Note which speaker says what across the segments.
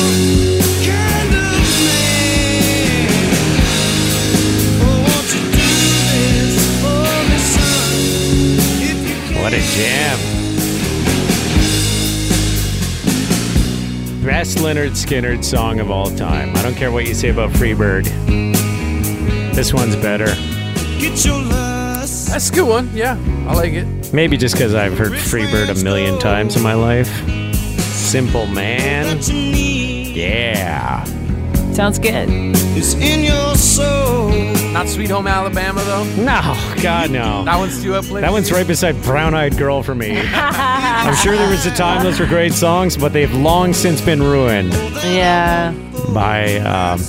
Speaker 1: Oh,
Speaker 2: What a jam. Best Leonard Skinner song of all time. I don't care what you say about Freebird. This one's better.
Speaker 1: Get your lust.
Speaker 3: That's a good one. Yeah, I like it.
Speaker 2: Maybe just because I've heard Freebird a million times in my life. Simple Man.
Speaker 1: to me
Speaker 2: Yeah.
Speaker 4: Sounds good.
Speaker 1: is in your soul.
Speaker 3: Not Sweet Home Alabama though.
Speaker 2: No, God, no.
Speaker 3: That one's too uplifting.
Speaker 2: That one's right beside Brown Eyed Girl for me. I'm sure there was a time those were great songs, but they've long since been ruined
Speaker 4: Yeah.
Speaker 2: by, um,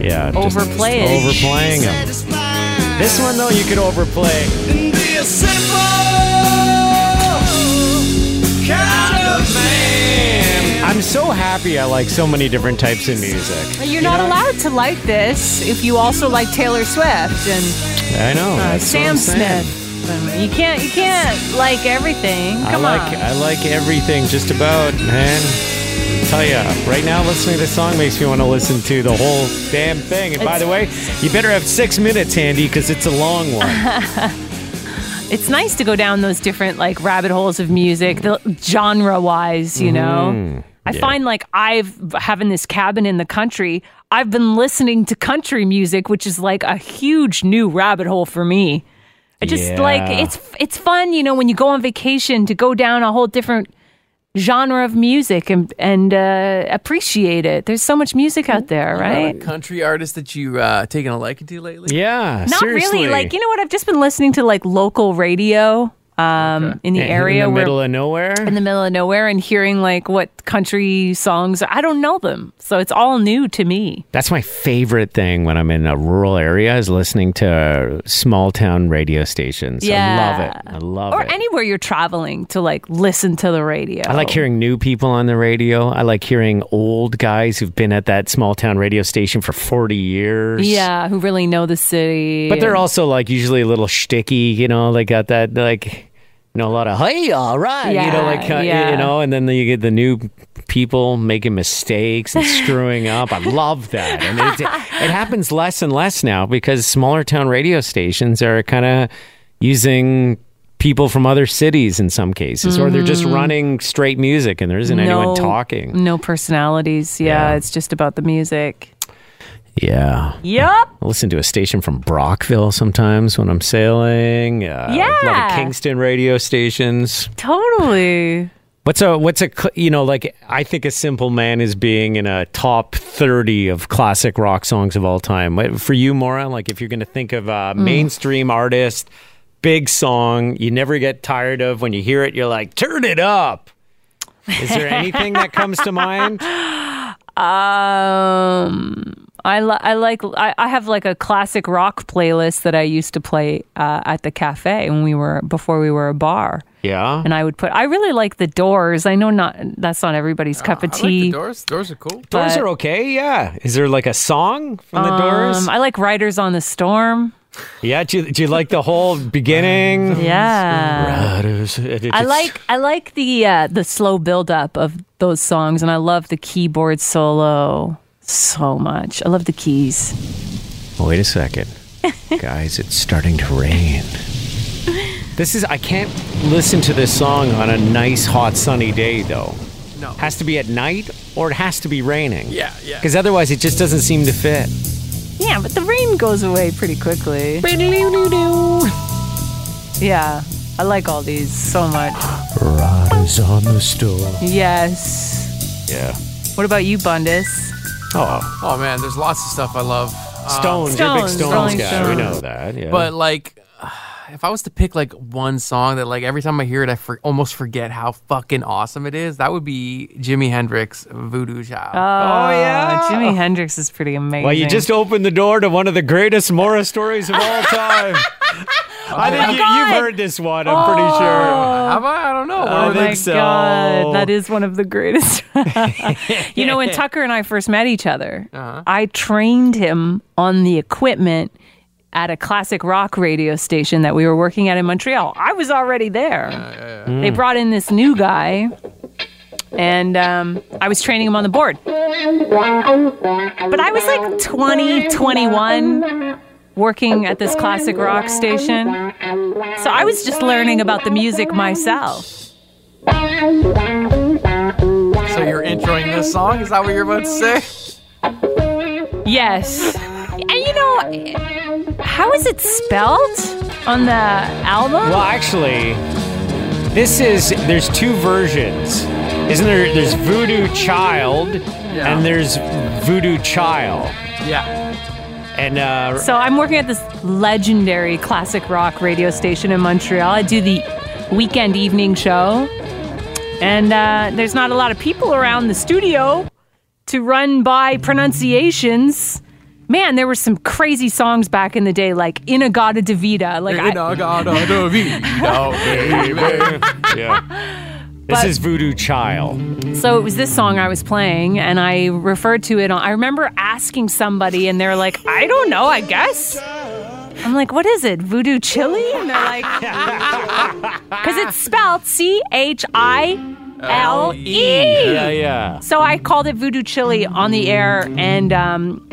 Speaker 2: yeah, just
Speaker 4: Overplay it.
Speaker 2: overplaying them.
Speaker 1: Satisfied
Speaker 2: This one though, you could overplay.
Speaker 1: and be a simple kind of man.
Speaker 2: I'm so happy I like so many different types of music.
Speaker 4: You're not allowed to like this if you also like Taylor Swift and
Speaker 2: I know.
Speaker 4: uh,
Speaker 2: that's what
Speaker 4: Sam
Speaker 2: I'm saying.
Speaker 4: Smith. Um, You can't you can't like everything.
Speaker 2: I
Speaker 4: Come
Speaker 2: like
Speaker 4: on.
Speaker 2: I like everything just about, man. Tell ya, right now listening to this song makes me want to listen to the whole damn thing. And by
Speaker 4: It's-
Speaker 2: the way, you better have six minutes handy because it's a long one.
Speaker 4: It's nice to go down those different like rabbit holes of music, the genre wise, you
Speaker 2: Mm-hmm.
Speaker 4: know. I find like I've having this cabin in the country, I've been listening to country music, which is like a huge new rabbit hole for me. I just
Speaker 2: Yeah.
Speaker 4: like it's it's fun, you know, when you go on vacation to go down a whole different genre of music and and uh, appreciate it. There's so much music out there,
Speaker 3: Not
Speaker 4: right?
Speaker 3: a country artist that you uh taken a liking to lately?
Speaker 2: Yeah,
Speaker 4: Not
Speaker 2: seriously.
Speaker 4: really. Like you know what? I've just been listening to like local radio um, in the
Speaker 2: In-
Speaker 4: area
Speaker 2: in the
Speaker 4: where
Speaker 2: middle of nowhere.
Speaker 4: in the middle of nowhere and hearing like what country songs I don't know them. So it's all new to me.
Speaker 2: That's my favorite thing when I'm in a rural area is listening to small town radio stations.
Speaker 4: Yeah.
Speaker 2: I love it. I love
Speaker 4: Or
Speaker 2: it.
Speaker 4: anywhere you're traveling to like listen to the radio.
Speaker 2: I like hearing new people on the radio. I like hearing old guys who've been at that small town radio station for 40 years.
Speaker 4: Yeah, who really know the city.
Speaker 2: But they're also like usually a little shticky, you know, they got that like you know, a lot of hey, all right, you know,
Speaker 4: Yeah,
Speaker 2: like uh,
Speaker 4: yeah.
Speaker 2: you know, and then you get the new people making mistakes and screwing up. I love that, and it, it happens less and less now because smaller town radio stations are kind of using people from other cities in some cases, or they're just running straight music and there isn't anyone talking.
Speaker 4: Mm-hmm. No personalities. Yeah,
Speaker 2: Yeah.
Speaker 4: it's just about the music.
Speaker 2: Yeah,
Speaker 4: Yup.
Speaker 2: I listen to a station from Brockville sometimes when I'm sailing. Uh, a lot of
Speaker 4: Yeah.
Speaker 2: Kingston radio stations.
Speaker 4: Totally.
Speaker 2: What's a what's a cl- you know like I think a simple man is being in a top thirty of classic rock songs of all time. What- For you, Maura, like if you're going to think of a
Speaker 4: Hmm.
Speaker 2: mainstream artist, big song you never get tired of when you hear it, you're like turn it up. Is there anything that comes to mind?
Speaker 4: Um, I, li- I like I, I have like a classic rock playlist that I used to play uh, at the cafe when we were before we were a bar.
Speaker 2: Yeah,
Speaker 4: and I would put. I really like the Doors. I know not that's not everybody's cup of
Speaker 3: Ah, I like the
Speaker 4: tea.
Speaker 3: doors. Doors are cool.
Speaker 2: Doors
Speaker 4: but-
Speaker 2: are okay. Yeah, is there like a song from the Doors?
Speaker 4: Um, I like Riders on the Storm.
Speaker 2: Yeah, do you, do you like the whole beginning?
Speaker 4: Mm, Yeah, I like I like the uh, the slow build up of those songs, and I love the keyboard solo so much. I love the keys.
Speaker 2: Wait a second. Guys, it's starting to rain. This is I can't listen to this song on a nice hot sunny day though.
Speaker 3: No.
Speaker 2: Has to be at night or it has to be raining.
Speaker 3: Yeah, yeah.
Speaker 2: Cuz otherwise it just doesn't seem to fit.
Speaker 4: Yeah, but the rain goes away pretty quickly. Yeah, I like all these so much.
Speaker 2: Riders on the storm.
Speaker 4: Yes.
Speaker 2: Yeah.
Speaker 4: What about you, Bundus?
Speaker 2: Oh,
Speaker 3: Oh man, there's lots of stuff I love. Um,
Speaker 2: Stones, you're a big
Speaker 4: Stones,
Speaker 2: Stones
Speaker 4: Rolling
Speaker 2: guy. We
Speaker 4: Stones.
Speaker 2: know that. Yeah.
Speaker 3: But like, if I was to pick like one song that like every time I hear it, I for- almost forget how fucking awesome it is. That would be Jimi Hendrix Voodoo Child.
Speaker 4: Oh yeah, Jimi Hendrix is pretty amazing.
Speaker 2: well, you just opened the door to one of the greatest Mora stories of all time. I think you, you've
Speaker 4: Oh God.
Speaker 2: heard this one, I'm pretty sure.
Speaker 3: Have I? I don't know.
Speaker 2: I
Speaker 4: Oh
Speaker 2: think
Speaker 4: my
Speaker 2: so.
Speaker 4: god, that is one of the greatest. you know, when Tucker and I first met each other, I trained him on the equipment at a classic rock radio station that we were working at in Montreal. I was already there. They brought in this new guy, and um, I was training him on the board. But I was like 20, 21, working at this classic rock station. So I was just learning about the music myself.
Speaker 3: So you're introing this song? Is that what you're about to say?
Speaker 4: Yes. And you know, how is it spelled on the album?
Speaker 2: Well, actually, this is there's two versions, isn't there? There's Voodoo Child and there's Voodoo Child,
Speaker 3: Yeah.
Speaker 2: and uh,
Speaker 4: So I'm working at this legendary classic rock radio station in Montreal. I do the weekend evening show, and uh, there's not a lot of people around the studio to run by pronunciations. Man, there were some crazy songs back in the day, like Inagata Davida. Like I,
Speaker 2: yeah. This
Speaker 4: But-
Speaker 2: is Voodoo Child.
Speaker 4: So it was this song I was playing, and I referred to it. On, I remember asking somebody, and they're like, "I don't know, I guess." I'm like, "What is it? Voodoo chili?" And they're like, "Cause it's spelled C H I L
Speaker 2: Yeah,
Speaker 4: E."
Speaker 2: yeah.
Speaker 4: So I called it voodoo chili on the air, and um,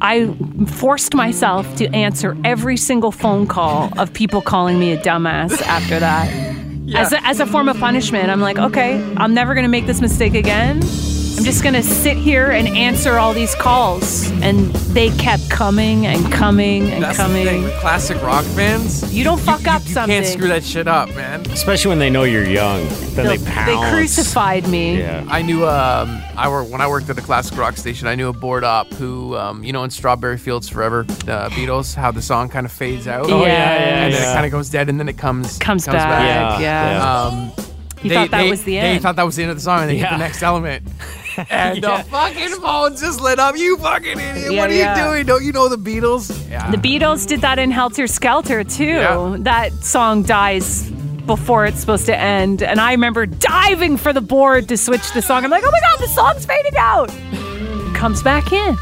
Speaker 4: I forced myself to answer every single phone call of people calling me a dumbass after that. As, a, as a form of punishment, I'm like, okay, I'm never going to make this mistake again. I'm just going to sit here and answer all these calls. And they kept coming and coming and
Speaker 3: That's the thing
Speaker 4: coming.
Speaker 3: with classic rock fans.
Speaker 4: You don't fuck up
Speaker 3: you, you
Speaker 4: something.
Speaker 3: can't screw that shit up, man.
Speaker 2: Especially when they know you're young, then they
Speaker 4: They'll-
Speaker 2: pounce.
Speaker 4: they crucified me.
Speaker 2: Yeah.
Speaker 3: I knew um, I were when I worked at the classic rock station. I knew a board op who, um, you know, in Strawberry Fields Forever, uh, Beatles, how the song kind of fades out.
Speaker 4: Oh, yeah, yeah,
Speaker 3: and then
Speaker 2: yeah.
Speaker 3: it kind of goes dead, and then it comes
Speaker 4: Comes, back.
Speaker 2: back.
Speaker 4: Yeah.
Speaker 2: Yeah.
Speaker 3: Um,
Speaker 4: He
Speaker 3: they-
Speaker 4: thought that
Speaker 3: they-
Speaker 4: was the
Speaker 3: They
Speaker 4: end.
Speaker 3: thought that was the end of the song, and they hit
Speaker 2: Yeah.
Speaker 3: the next element. And
Speaker 2: Yeah.
Speaker 3: the fucking phone just lit up. You fucking idiot!
Speaker 4: Yeah,
Speaker 3: what are
Speaker 4: yeah.
Speaker 3: you doing? Don't you know the Beatles? Yeah.
Speaker 4: the Beatles did that in Helter Skelter, too.
Speaker 3: Yeah.
Speaker 4: That song dies before it's supposed to end. And I remember diving for the board to switch the song. I'm like, oh my God, the song's fading out. Comes back in.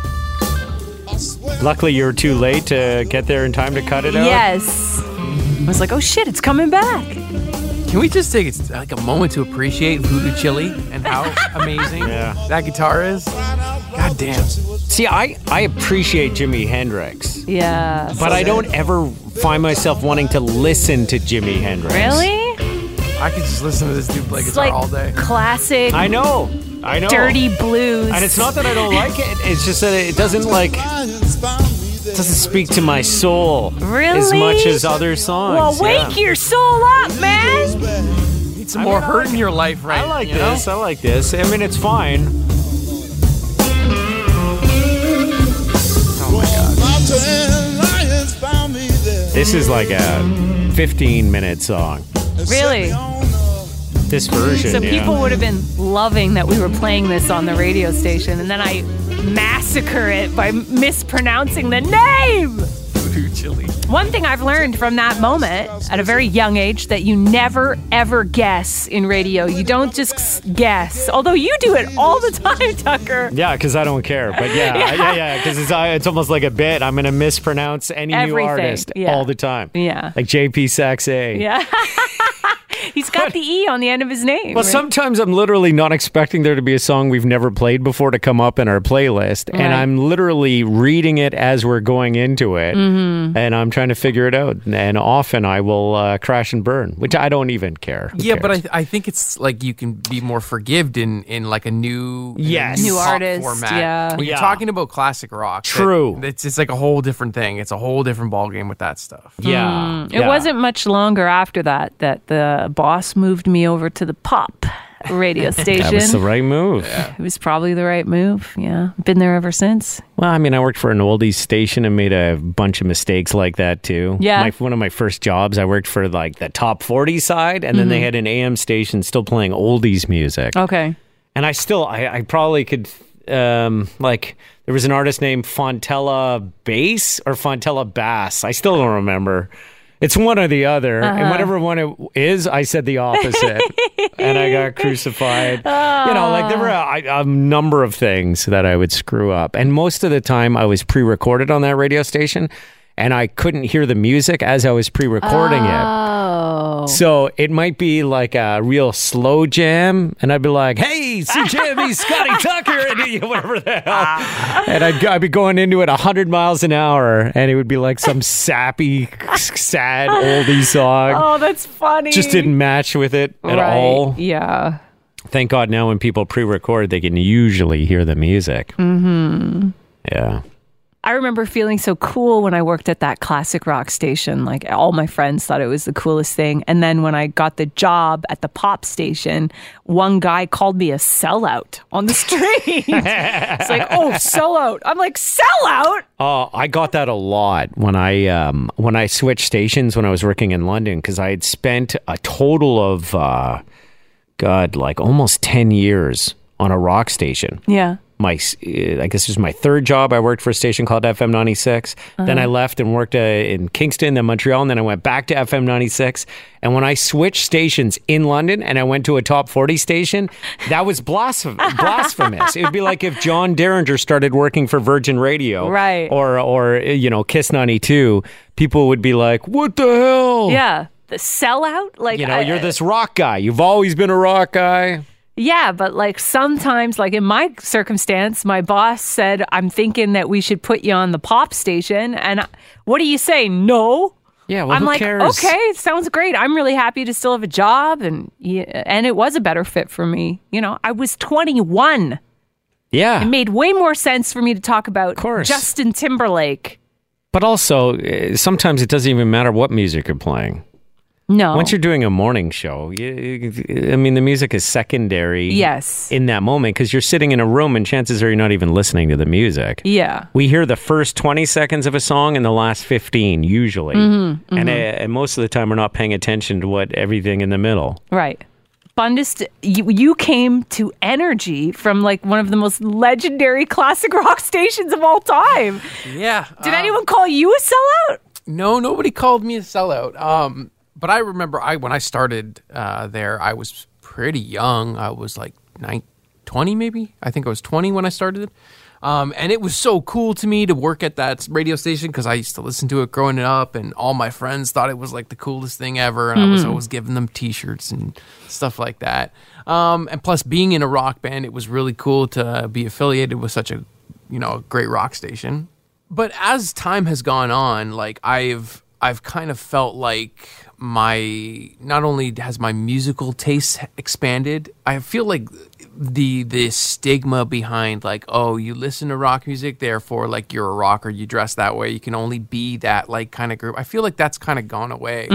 Speaker 2: Luckily, you were too late to get there in time to cut it out.
Speaker 4: Yes. I was like, oh shit, it's coming back.
Speaker 3: Can we just take it's like a moment to appreciate Voodoo Chili and how amazing
Speaker 2: Yeah.
Speaker 3: that guitar is? God damn.
Speaker 2: See, I, I appreciate Jimi Hendrix,
Speaker 4: Yeah.
Speaker 2: but I don't ever find myself wanting to listen to Jimi Hendrix.
Speaker 4: really?
Speaker 3: I could just listen to this dude play
Speaker 4: It's
Speaker 3: guitar
Speaker 4: like
Speaker 3: all day.
Speaker 4: classic
Speaker 2: I know. I know.
Speaker 4: dirty blues.
Speaker 2: And it's not that I don't like it. It's just that it doesn't like doesn't speak to my soul as
Speaker 4: Really?
Speaker 2: much as other songs.
Speaker 4: Well,
Speaker 2: yeah.
Speaker 4: wake your soul up, man.
Speaker 3: Need some more
Speaker 2: mean, I
Speaker 3: hurt in your life, right?
Speaker 2: I like
Speaker 3: you know?
Speaker 2: this. I like this. I mean, it's fine. This is like a 15 minute song.
Speaker 4: Really?
Speaker 2: This version.
Speaker 4: So
Speaker 2: yeah.
Speaker 4: people would have been loving that we were playing this on the radio station, and then I massacre it by mispronouncing the name.
Speaker 3: Voodoo Chili.
Speaker 4: One thing I've learned from that moment at a very young age that you never ever guess in radio. You don't just s- guess, although you do it all the time, Tucker.
Speaker 2: Yeah, because I don't care. But yeah, yeah, yeah. Because it's I- it's almost like a bit. I'm gonna mispronounce any new
Speaker 4: Everything,
Speaker 2: artist
Speaker 4: yeah.
Speaker 2: all the time.
Speaker 4: Yeah.
Speaker 2: Like JP Saxe. Yeah.
Speaker 4: He's got the E on the end of his name.
Speaker 2: Well, sometimes I'm literally not expecting there to be a song we've never played before to come up in our playlist, and
Speaker 4: Right.
Speaker 2: I'm literally reading it as we're going into it,
Speaker 4: Mm-hmm.
Speaker 2: and I'm trying to figure it out. And often I will uh, crash and burn, which I don't even care. Who
Speaker 3: Yeah, but I,
Speaker 2: cares?
Speaker 3: th- I think it's like you can be more forgived in, in like a new in a
Speaker 2: Yes.
Speaker 4: New
Speaker 3: pop
Speaker 4: artist,
Speaker 3: format.
Speaker 4: yeah.
Speaker 3: When
Speaker 2: Yeah.
Speaker 3: you're talking about classic rock, that-
Speaker 2: True.
Speaker 3: it's it's like a whole different thing. It's a whole different ballgame with that stuff.
Speaker 2: yeah,
Speaker 4: Mm. It
Speaker 2: yeah.
Speaker 4: wasn't much longer after that that the boss moved me over to the pop radio station.
Speaker 2: That was the right move.
Speaker 4: It was probably the right move. Yeah. Been there ever since.
Speaker 2: Well, I mean, I worked for an oldies station and made a bunch of mistakes like that too.
Speaker 4: Yeah.
Speaker 2: My, one of my first jobs, I worked for like the top 40 side, and then they had an AM station still playing oldies music.
Speaker 4: Okay.
Speaker 2: and I still I, I probably could um like there was an artist named Fontella Bass or Fontella Bass. I still don't remember. It's one or the other, and whatever one it is, I said the opposite, and I got crucified. You know, like there were a, a number of things that I would screw up, and most of the time I was pre-recorded on that radio station, and I couldn't hear the music as I was pre-recording it.
Speaker 4: Oh.
Speaker 2: So it might be like a real slow jam, and I'd be like, "Hey, see Jimmy, Scotty Tucker," and you know, whatever the
Speaker 4: Ah.
Speaker 2: hell, and I'd, go- I'd be going into it hundred miles an hour, and it would be like some sappy, sad oldie song.
Speaker 4: Oh, that's funny.
Speaker 2: Just didn't match with it at
Speaker 4: Right.
Speaker 2: all.
Speaker 4: Yeah.
Speaker 2: Thank God now when people pre-record, they can usually hear the music. Mm-hmm. Yeah.
Speaker 4: I remember feeling so cool when I worked at that classic rock station. Like all my friends thought it was the coolest thing. And then when I got the job at the pop station, one guy called me a sellout on the street. it's like, oh, sellout. I'm like, sellout?
Speaker 2: Uh, I got that a lot when I um, when I switched stations when I was working in London because I had spent a total of uh, God like almost ten years on a rock station.
Speaker 4: Yeah.
Speaker 2: My s- uh, I guess it was my third job. I worked for a station called FM ninety Then I left and worked uh, in Kingston, then Montreal, and then I went back to FM ninety six. And when I switched stations in London and I went to a top forty station, that was blasphem- blasphemous. It would be like if John Derringer started working for Virgin Radio,
Speaker 4: Right.
Speaker 2: Or or uh, you know Kiss ninety two. People would be like, "What the hell?"
Speaker 4: Yeah. The sellout? Like,
Speaker 2: You know,
Speaker 4: I-
Speaker 2: you're this rock guy. You've always been a rock guy.
Speaker 4: Yeah, but like sometimes, like in my circumstance, my boss said, I'm thinking that we should put you on the pop station. And I- what do you say? No.
Speaker 2: Yeah, well,
Speaker 4: I'm
Speaker 2: who
Speaker 4: like,
Speaker 2: cares?
Speaker 4: okay, it sounds great. I'm really happy to still have a job. And, yeah, and it was a better fit for me. You know, I was 21.
Speaker 2: yeah.
Speaker 4: It made way more sense for me to talk about
Speaker 2: course.
Speaker 4: Justin Timberlake.
Speaker 2: But also, uh, sometimes it doesn't even matter what music you're playing.
Speaker 4: No.
Speaker 2: Once you're doing a morning show, you, you- I mean, the music is secondary.
Speaker 4: Yes.
Speaker 2: In that moment, because you're sitting in a room, and chances are you're not even listening to the music.
Speaker 4: yeah.
Speaker 2: We hear the first 20 seconds of a song and the last 15 usually. And, uh, and most of the time, we're not paying attention to what everything in the middle.
Speaker 4: Right. Bundist, you, you came to energy from like one of the most legendary classic rock stations of all time.
Speaker 3: Yeah.
Speaker 4: Did
Speaker 2: Ah.
Speaker 3: uh,
Speaker 4: anyone call you a sellout?
Speaker 3: No, nobody called me a sellout. Um, but I remember I when I started uh, there, I was pretty young. I was like nine, 20 maybe. I think I was 20 when I started. Um, and it was so cool to me to work at that radio station because I used to listen to it growing up, and all my friends thought it was like the coolest thing ever. And I was always giving them T-shirts and stuff like that. Um, and plus, being in a rock band, it was really cool to be affiliated with such a you know great rock station but as time has gone on like i've i've kind of felt like my not only has my musical taste expanded i feel like the the stigma behind like oh you listen to rock music therefore like you're a rocker you dress that way you can only be that like kind of group i feel like that's kind of gone away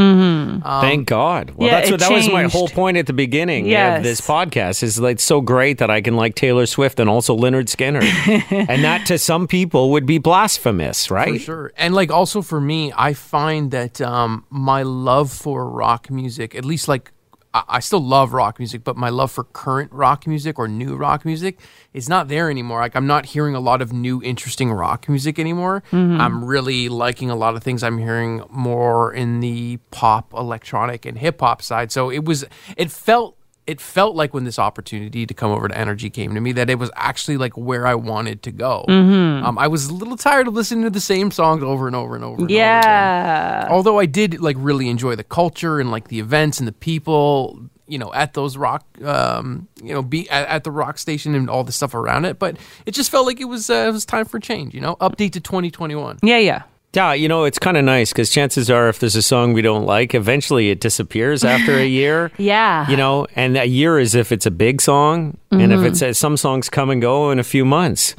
Speaker 2: Thank God. Well,
Speaker 4: Um, Yeah,
Speaker 2: that's
Speaker 4: it
Speaker 2: what, that was my
Speaker 4: changed.
Speaker 2: whole point at the beginning Yeah,
Speaker 4: Yes.
Speaker 2: of this podcast. Is like it's so great that I can like Taylor Swift and also Leonard Skinner, and that to some people would be blasphemous,
Speaker 3: For
Speaker 2: right?
Speaker 3: sure. And like also for me, I find that um, my love for rock music, at least like I, I still love rock music, but my love for current rock music or new rock music is not there anymore. Like I'm not hearing a lot of new interesting rock music anymore. I'm really liking a lot of things I'm hearing more in the pop, electronic, and hip hop side. So it was it felt it felt like when this opportunity to come over to Energy came to me that it was actually like where I wanted to go. Um, I was a little tired of listening to the same songs over and over and over. And Over again.
Speaker 4: Yeah.
Speaker 3: Although I did like really enjoy the culture and like the events and the people, you know, at those rock, um, you know, be at, at the rock station and all the stuff around it. But it just felt like it was uh, it was time for change. You know, update to 2021.
Speaker 4: Yeah, yeah.
Speaker 2: Yeah, you know it's kind of nice because chances are, if there's a song we don't like, eventually it disappears after a year.
Speaker 4: Yeah.
Speaker 2: You know, and a year is if it's a big song, and
Speaker 4: Mm-hmm.
Speaker 2: if it's uh, some songs come and go in a few months.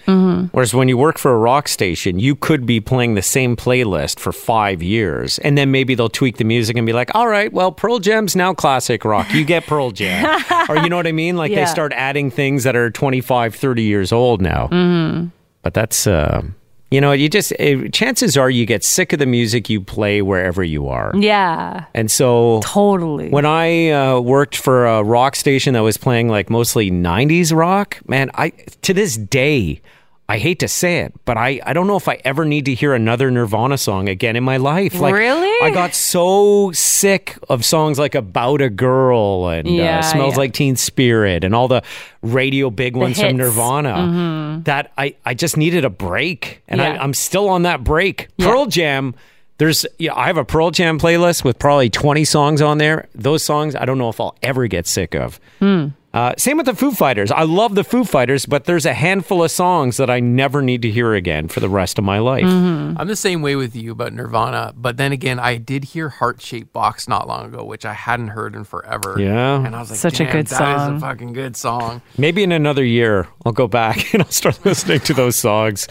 Speaker 2: Whereas when you work for a rock station, you could be playing the same playlist for five years, and then maybe they'll tweak the music and be like, "All right, well, Pearl Jam's now classic rock. You get Pearl Jam," or you know what I mean? Like they
Speaker 4: Yeah.
Speaker 2: start adding things that are 25, 30 years old now.
Speaker 4: Mm-hmm.
Speaker 2: But that's. Uh, you know, you just eh, chances are you get sick of the music you play wherever you are,
Speaker 4: Yeah.
Speaker 2: and so
Speaker 4: Totally.
Speaker 2: when I uh, worked for a rock station that was playing like mostly 90s rock, man, I to this day, I hate to say it, but I, I don't know if I ever need to hear another Nirvana song again in my life. Like,
Speaker 4: Really?
Speaker 2: I got so sick of songs like About a Girl and uh,
Speaker 4: Yeah,
Speaker 2: Smells
Speaker 4: yeah.
Speaker 2: Like Teen Spirit and all the radio big ones from
Speaker 4: hits. Mm-hmm.
Speaker 2: Nirvana that I, I just needed a break. And
Speaker 4: Yeah.
Speaker 2: I, I'm still on that break.
Speaker 4: Yeah.
Speaker 2: Pearl Jam. There's, yeah, I have a Pearl Jam playlist with probably 20 songs on there. Those songs, I don't know if I'll ever get sick of. Uh, same with the Foo Fighters. I love the Foo Fighters, but there's a handful of songs that I never need to hear again for the rest of my life.
Speaker 3: I'm the same way with you about Nirvana, but then again, I did hear Heart Shaped Box not long ago, which I hadn't heard in forever.
Speaker 2: Yeah.
Speaker 3: and I was like,
Speaker 4: Such a
Speaker 3: "Damn,
Speaker 4: good
Speaker 3: That
Speaker 4: song."
Speaker 3: is a fucking good song.
Speaker 2: Maybe in another year, I'll go back and I'll start listening to those songs.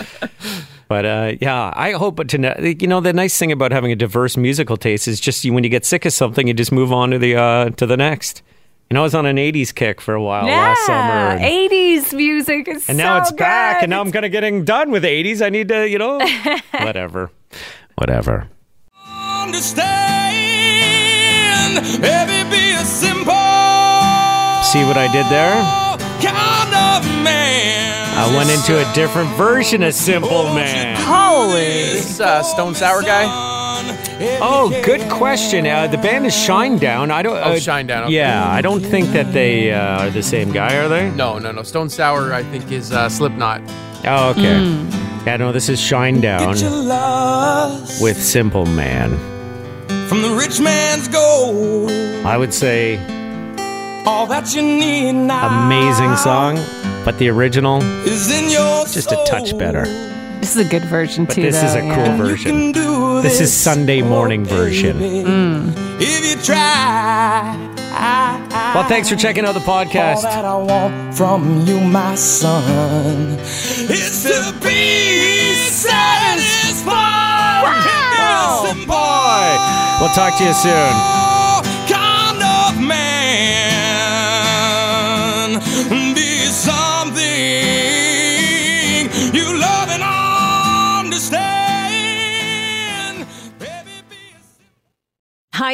Speaker 2: But uh, yeah, I hope to ne- you know the nice thing about having a diverse musical taste is just you, when you get sick of something, you just move on to the uh, to the next. And I was on an '80s kick for a while last summer, and,
Speaker 4: 80s music is
Speaker 2: and now it's back. And now I'm kind of getting done with '80s. I need to, you know, whatever, whatever.
Speaker 1: Understand, baby, be a simple
Speaker 2: See what I did there?
Speaker 1: kind of man.
Speaker 2: I went into a different version of Simple Man.
Speaker 4: Holy.
Speaker 3: This uh, Stone Sour guy,
Speaker 2: Oh, good question. Uh, the band is Shinedown. I don't. Uh,
Speaker 3: Oh, Shinedown, okay.
Speaker 2: Yeah, I don't think that they uh, are the same guy, are they?
Speaker 3: no, no, no. Stone Sour, I think, is uh, Slipknot.
Speaker 2: Oh, okay. Yeah, no, this is Shinedown
Speaker 1: lust
Speaker 2: with Simple Man.
Speaker 1: from the rich man's gold.
Speaker 2: I would say
Speaker 1: All that you need now
Speaker 2: amazing song, but the original
Speaker 1: is in your
Speaker 2: just a touch better.
Speaker 4: This is a good version,
Speaker 2: But
Speaker 4: too.
Speaker 2: this is a
Speaker 4: though,
Speaker 2: cool
Speaker 4: yeah.
Speaker 2: version.
Speaker 1: do
Speaker 2: This is Sunday morning version.
Speaker 1: If you try,
Speaker 2: Well, thanks for checking out the
Speaker 1: all
Speaker 2: podcast.
Speaker 1: that I want from you, my son, is to be satisfied.
Speaker 2: Wow!
Speaker 1: Innocent boy,
Speaker 2: We'll talk to you soon.
Speaker 1: kind of man, be something you love and understand. Baby, be a
Speaker 5: Hi,